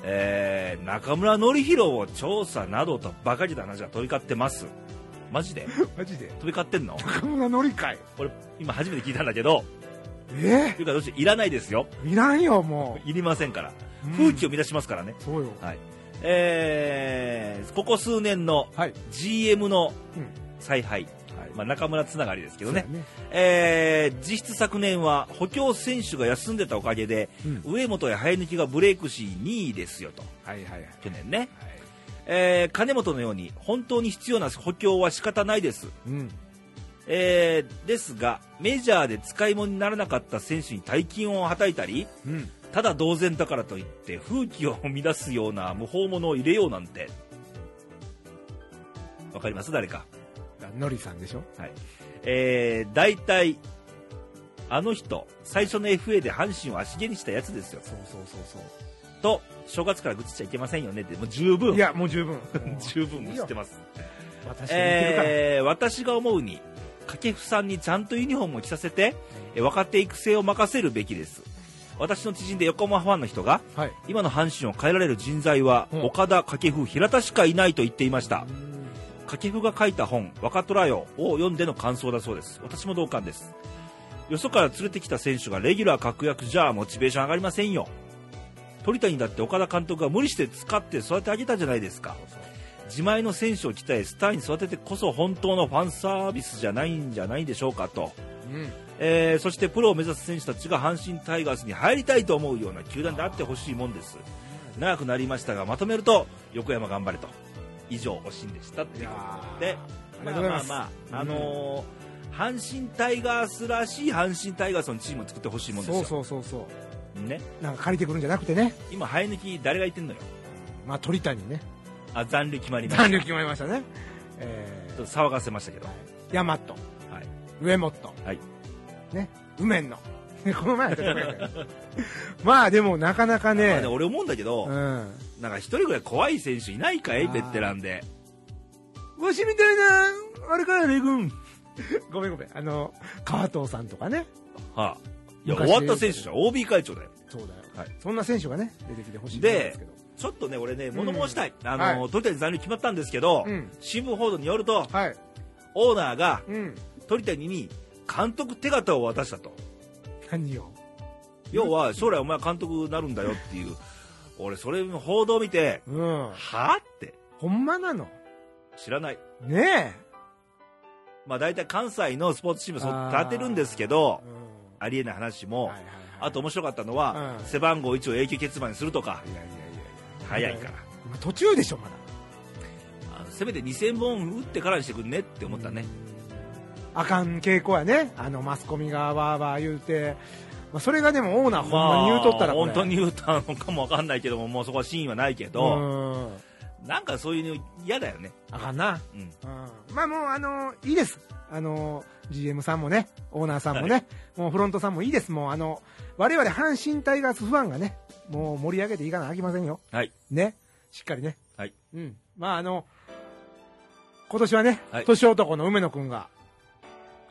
えー中村紀弘を調査などとバカげた話が飛び交ってますマジでマジで飛び交ってん の中村のりかい俺今初めて聞いたんだけどえというかどうしていらないですよいらんよもいりませんからう風紀をを乱しますからね、そうよはいえーここ数年のはい、 GM のうん采配、はいまあ、中村つながりですけどねそうやえー実質昨年は補強選手が休んでたおかげで、うん上本や生え抜きがブレイクし2位ですよとはいはいはい去年ね、えー金本のように本当に必要な補強は仕方ないです、うんえーですがメジャーで使い物にならなかった選手に大金をはたいたりうんただ同然だからといって風紀を乱すような無法者を入れようなんてわかります誰かのりさんでしょえー、大体あの人最初の FA で阪神を足蹴にしたやつですよそうそうそうそと正月から愚痴っちゃいけませんよねってもう十う分いやもう十分 十分愚痴ってます私が言ってるから、えー私が思うに掛布さんにちゃんとユニフォームを着させて、えー若手育成を任せるべきです私の知人で横浜ファンの人がはい今の阪神を変えられる人材は、うん岡田掛布平田しかいないと言っていましたうん掛布が書いた本「若虎よ」を読んでの感想だそうです私も同感ですよそから連れてきた選手がレギュラー確約じゃあモチベーション上がりませんよ鳥谷だって岡田監督が無理して使って育て上げたじゃないですか自前の選手を鍛えスターに育ててこそ本当のファンサービスじゃないんじゃないでしょうかと、うんえーそしてプロを目指す選手たちが阪神タイガースに入りたいと思うような球団であってほしいもんです長くなりましたがまとめると横山頑張れと以上おしんでしたっていいうやーでありがとうございます、まあまあ、あうんのー阪神タイガースらしい阪神タイガースのチームを作ってほしいもんですそようそうそうそね、うなんか借りてくるんじゃなくてね今生え抜き誰がいてんのよまあ鳥谷ねあ残留決まりました残留ち決まりましたねえょっと騒がせましたけど、はー、大和い、上本はいね梅野 この前やったとこやけどまあでもなかなかまあねね俺思うんだけど、うんなんか一人ぐらい怖い選手いないかいあーベテランでわしみたいなあれからレ軍ごめんごめんあの川藤さんとかねはあいや昔終わった選手じゃん OB 会長だよそうだよ、はいそんな選手がね出てきてほしいでと思ちょっとね俺ね物申したい、あのーは鳥谷残留決まったんですけど、うん新聞報道によるとうんですオーナーがけどはいうん鳥谷に監督手形を渡したと何よ要は将来お前監督になるんだよっていう俺それの報道見てうんはあってほんまなの知らないねまあ大体関西のスポーツチームを育てるんですけどえ、うんありえない話も、はいはいはいあと面白かったのは、うん背番号1を永久欠番にするとかいやいやい早やいやいからまあ途中でしょまだあのせめて2000本打ってからにしてくんねって思ったね、あかん傾向やねあのマスコミがわーわー言うて、まあ、それがでもオーナーほんまに言うとったらまあこれ本当に言うたのかもわかんないけどももうそこは真意はないけど、うんなんかそういうの嫌だよねあかんなうんうんまあもうあのいいです。あの GM さんもね、オーナーさんもね、もうフロントさんもいいです。もうあの、我々阪神タイガースファンがね、もう盛り上げていかなあきませんよ。はいね。しっかりね。はい。うん。まああの、今年はね、はい年男の梅野くんが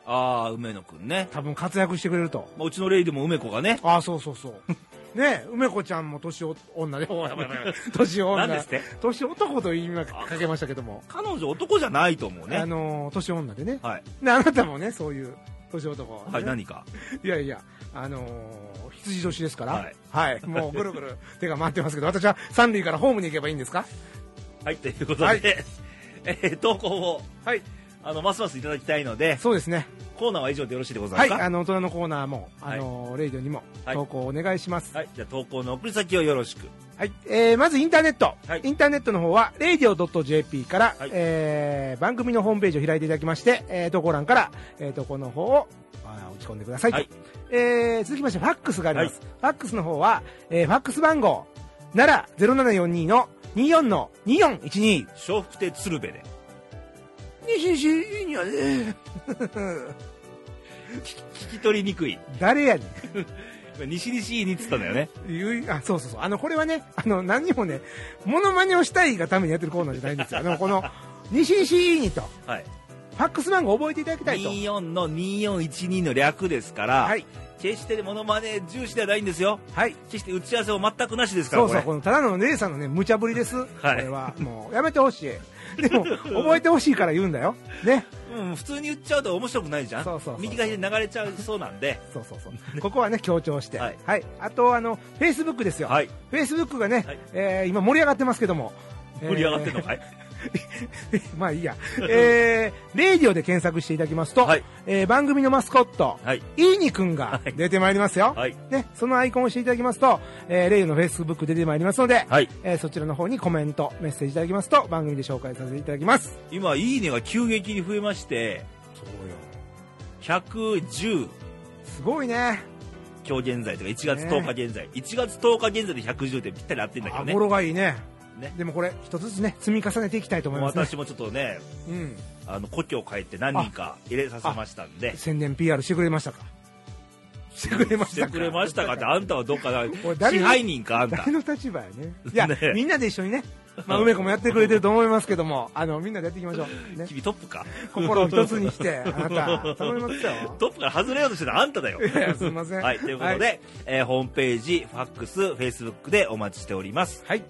ああ梅野くんね、多分活躍してくれると。まあ、うちのレイでも梅子がねああ、そうそうそう。ね梅子ちゃんも年お女で、おいおいおいおい年女。なんですって年男と言いまかけましたけども。彼女男じゃないと思うねあの、年女でね。はい、であなたもね、そういう年男、ね。はい、何かいやいや、あのー羊年ですから、ははいい、もうぐる ぐる手が回ってますけど、私は三塁からホームに行けばいいんですかはい、ということで、はい えー投稿を、はい。あの、ますますいただきたいので、そうですね。コーナーは以上でよろしいでござはいい、ますかあの、大人のコーナーも、あのーレイディオにもはい投稿お願いします。はい、じゃあ投稿の送り先をよろしく。はい、えーまずインターネット。はいインターネットの方は、radio.jp から、はいえー番組のホームページを開いていただきまして、えー投稿欄から、えー投稿の方を、あーおき込んでくださいと、はいえー続きましてファックスがあります、ファックスの方は、えーファックス番号奈良0742の24の2412笑福亭鶴瓶でいいにはね聞き取りにくい誰やねん今西西にっつったんだよ ねゆいあそうそうそうあのこれはねあの何にもねモノマネをしたいがためにやってるコーナーじゃないんですよあのこの西西にとはいファックス番号覚えていただきたいと24の2412の略ですから、はい決してモノマネ重視ではないんですよはい決して打ち合わせも全くなしですからそこうそれうこのただの姉さんのね無茶ぶりです、いこれはもうやめてほしいで も覚えてほしいから言うんだよねうん、普通に言っちゃうと面白くないじゃんそうそうそう右が左に流れちゃうそうなんでそうそうそうここはね強調してははいい、あとあのフェイスブックですよ、はいフェイスブックがね、はいえー今盛り上がってますけども盛り上がってんのかい、えー まあいいや、えー、レイディオで検索していただきますと、はいえー番組のマスコット、はいいいにくんが出てまいりますよ。はいね、そのアイコンをしていただきますと、えー、レイのフェイスブック出てまいりますので、はいえーそちらの方にコメント、メッセージいただきますと、番組で紹介させていただきます。今「いいね」が急激に増えましてそうよ。 110すごいね。今日現在とか1月10日現在、1月10日現在で110でぴったり合ってんだけどあねごろがいいね。ねでもこれ、一つずつね、積み重ねていきたいと思います、ね。私もちょっとねうん。あの故郷を変えて何人か入れさせましたんで宣伝 PR してくれましたかしてくれまししたてかくれましたかってあんたはどっかだおい誰支配人かあんた誰の立場や ね。いや、ねみんなで一緒にね、まあ、梅子もやってくれてると思いますけ ども、あの、みんなでやっていきましょう。ね、君トップか心を一つにして、あなた、頼みます よ。トップから外れようとしてるのあんただよいやすいません。はいということで、。えーホームページファックスフェイスブックでお待ちしておりますはい。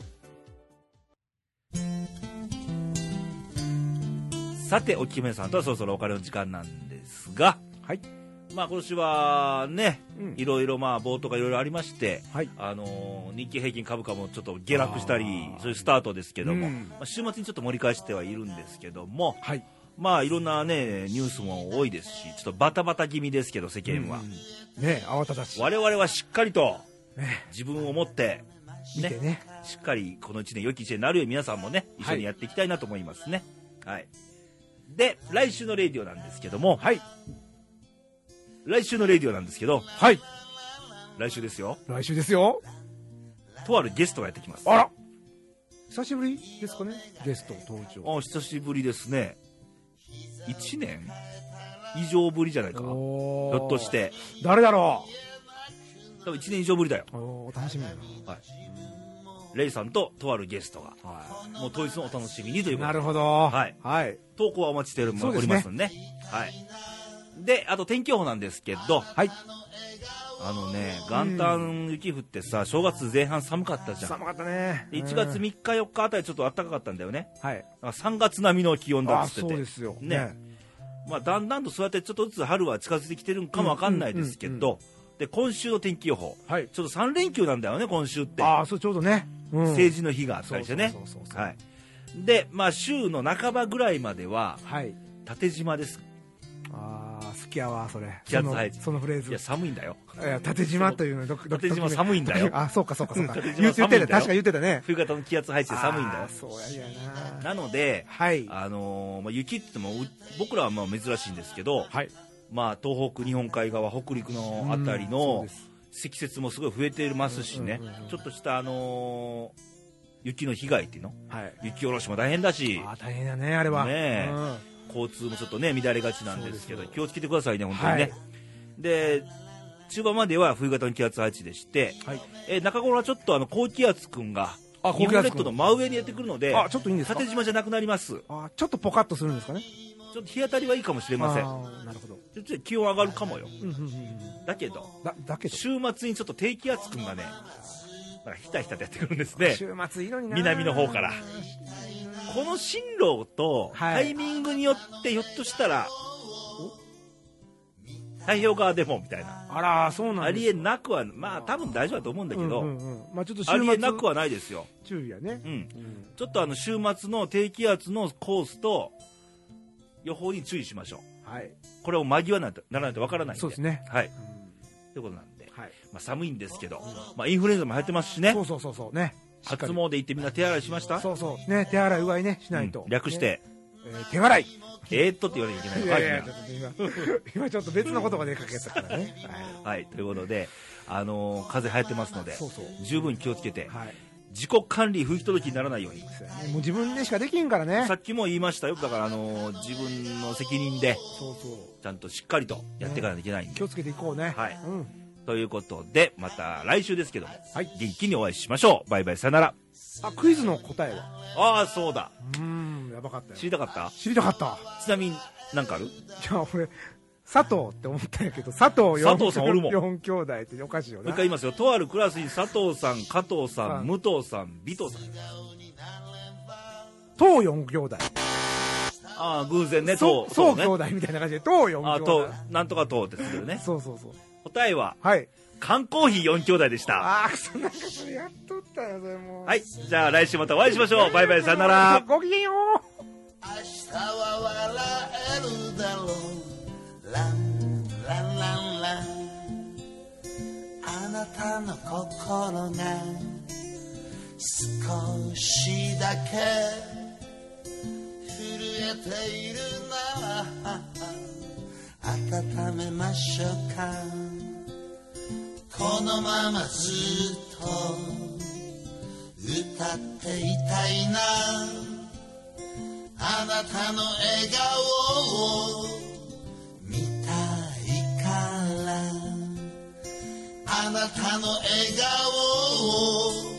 さておきめさんとはそろそろお別れの時間なんですがはい。まあ今年はねうんいろいろまあ冒頭がいろいろありましてはい。あのー日経平均株価もちょっと下落したりあーそういうスタートですけども、うんまあ週末にちょっと盛り返してはいるんですけどもはい。まあいろんなねニュースも多いですしちょっとバタバタ気味ですけど世間は、うんねえ慌ただしい。我々はしっかりとね自分を持ってえ見てね。しっかりこの1年良き1年になるように皆さんもね一緒にやっていきたいなと思いますねはい、で来週のレディオなんですけどもはい。来週のレディオなんですけどはい。来週ですよ来週ですよ。とあるゲストがやってきますあら。久しぶりですかね。ゲスト登場。あ久しぶりですね1年以上ぶりじゃないかひょおーっとし。て誰だろ多分1年以上ぶりだよ、う。おー楽しみだな。はい、レイさんととあるゲストがはもう当日のお楽しみにというい。ことなでるほど。はいはい。投稿はお待ちしておりまそうですすねんでねはいであと天気予報なんですけどはい。あのね元旦雪降ってさ正月前半寒かったじゃん寒かったね。で1月3うん日4日あたりちょっと暖かかったんだよねはい。なんか3月並みの気温だあ、っつってそうてですよ。ねまあ、だんだんとそうやってちょっとずつ春は近づいてきてるんかもわかんないですけど、うんうんうんで今週の天気予報、はいちょっと3連休なんだよね、今週って、ああ、そう、ちょうどね。うん政治の日があったりしてねそうそうそう、そうはいで、まあ、週の半ばぐらいまでは、はい。縦島です、ああ、好きやわ、それ。気圧その配置そのフレーズ。いや、寒いんだよ、いや縦島というのどど縦島ど寒いんだよあそうかそうかそうか縦言島う言寒いんだよってた確か言ってたね冬型の気圧配置で寒いんだあよー、そうや嫌やななので、はいあのーまあ、雪って言ってもう僕らはまあ珍しいんですけど、はいまあ、東北、日本海側、北陸のあたりのうんそうです積雪もすごい増えていますしねうんうんうんう、んちょっとした、あのー雪の被害っていうの、はい雪下ろしも大変だしあ、ー大変だねあれはねえうん交通もちょっとね、乱れがちなんですけそうど、です気をつけてくださいね、本当にね。はいで中盤までは冬型の気圧配置でして、はいえー中頃はちょっとあの高気圧くんがあ日高気圧くん本列島の真上にやってくるのであちょっといいんですか縦島じゃなくなりますちあーちょっとポカッとするんですかねょっと日当たりはいいかもしれすませんなるほどちょっと気温上がるかもようんうんうんうんだけどだだけど週末にちょっと低気圧くんがねなんかひたひたとやってくるんですね週末いいのにな南の方からこの進路とはタいイミングによってひょっとしたら、太平洋側でもみたいなあらーそうなんありええなくはまあ多分大丈夫だと思うんだけど、うんうんうんまあちょっと週ありえなく末はないですよ、注意やねうん、うんちょっとあの週末の低気圧のコースと予報に注意しましょうはいこれを間際なんてならないとわからないんでそうですねはいうんということなんで、はいまあ、寒いんですけど、まあ、インフルエンザも流行ってますしねそうそうそうそうねしっか初り詣行ってみんな手洗いしましたそうそうね手洗いうがいねしないとうん略しねて、えー手笑いえー、っとって言わなきゃいけないいのかやいいやちょっと今 今ちょっと別のことが出かけたからね、ははい、ということで、あのー風邪流行ってますのでそうそう十分気をつけて、いはい自己管理不き届きにならないようにそうやねもう自分でしかできんからねさっきも言いましたよだから、あのー自分の責任でそうそうちゃんとしっかりとやっていかないといけないんで、気をつけていこうねはいうんということでまた来週ですけども、はい元気にお会いしましょうバイバイさよならあクイズの答えはああそうだうーんやばかったよ知りたかった知りたかったちなみに何かあるじゃあ俺佐藤って思ったんやけど佐藤四佐藤さんおるもん4兄弟っておかしいよもう一ね回言いますよとあるクラスに佐藤さん加藤さはいん武藤さん尾藤さん東四兄弟ああ偶然ねそとうそうね兄弟みたいな感じで東四あ兄あと弟なんとかとですけどねそうそうそう答えははい缶コーヒー4兄弟でしたああそんなことやっとったよそれもうはいじゃあ来週またお会いしましょうバイバイさよならごきげんよう明日は笑えるだろうランランランランあなたの心が少しだけ震えているなら温めましょうかこのままずっと歌っていたいなあなたの笑顔を見たいからあなたの笑顔を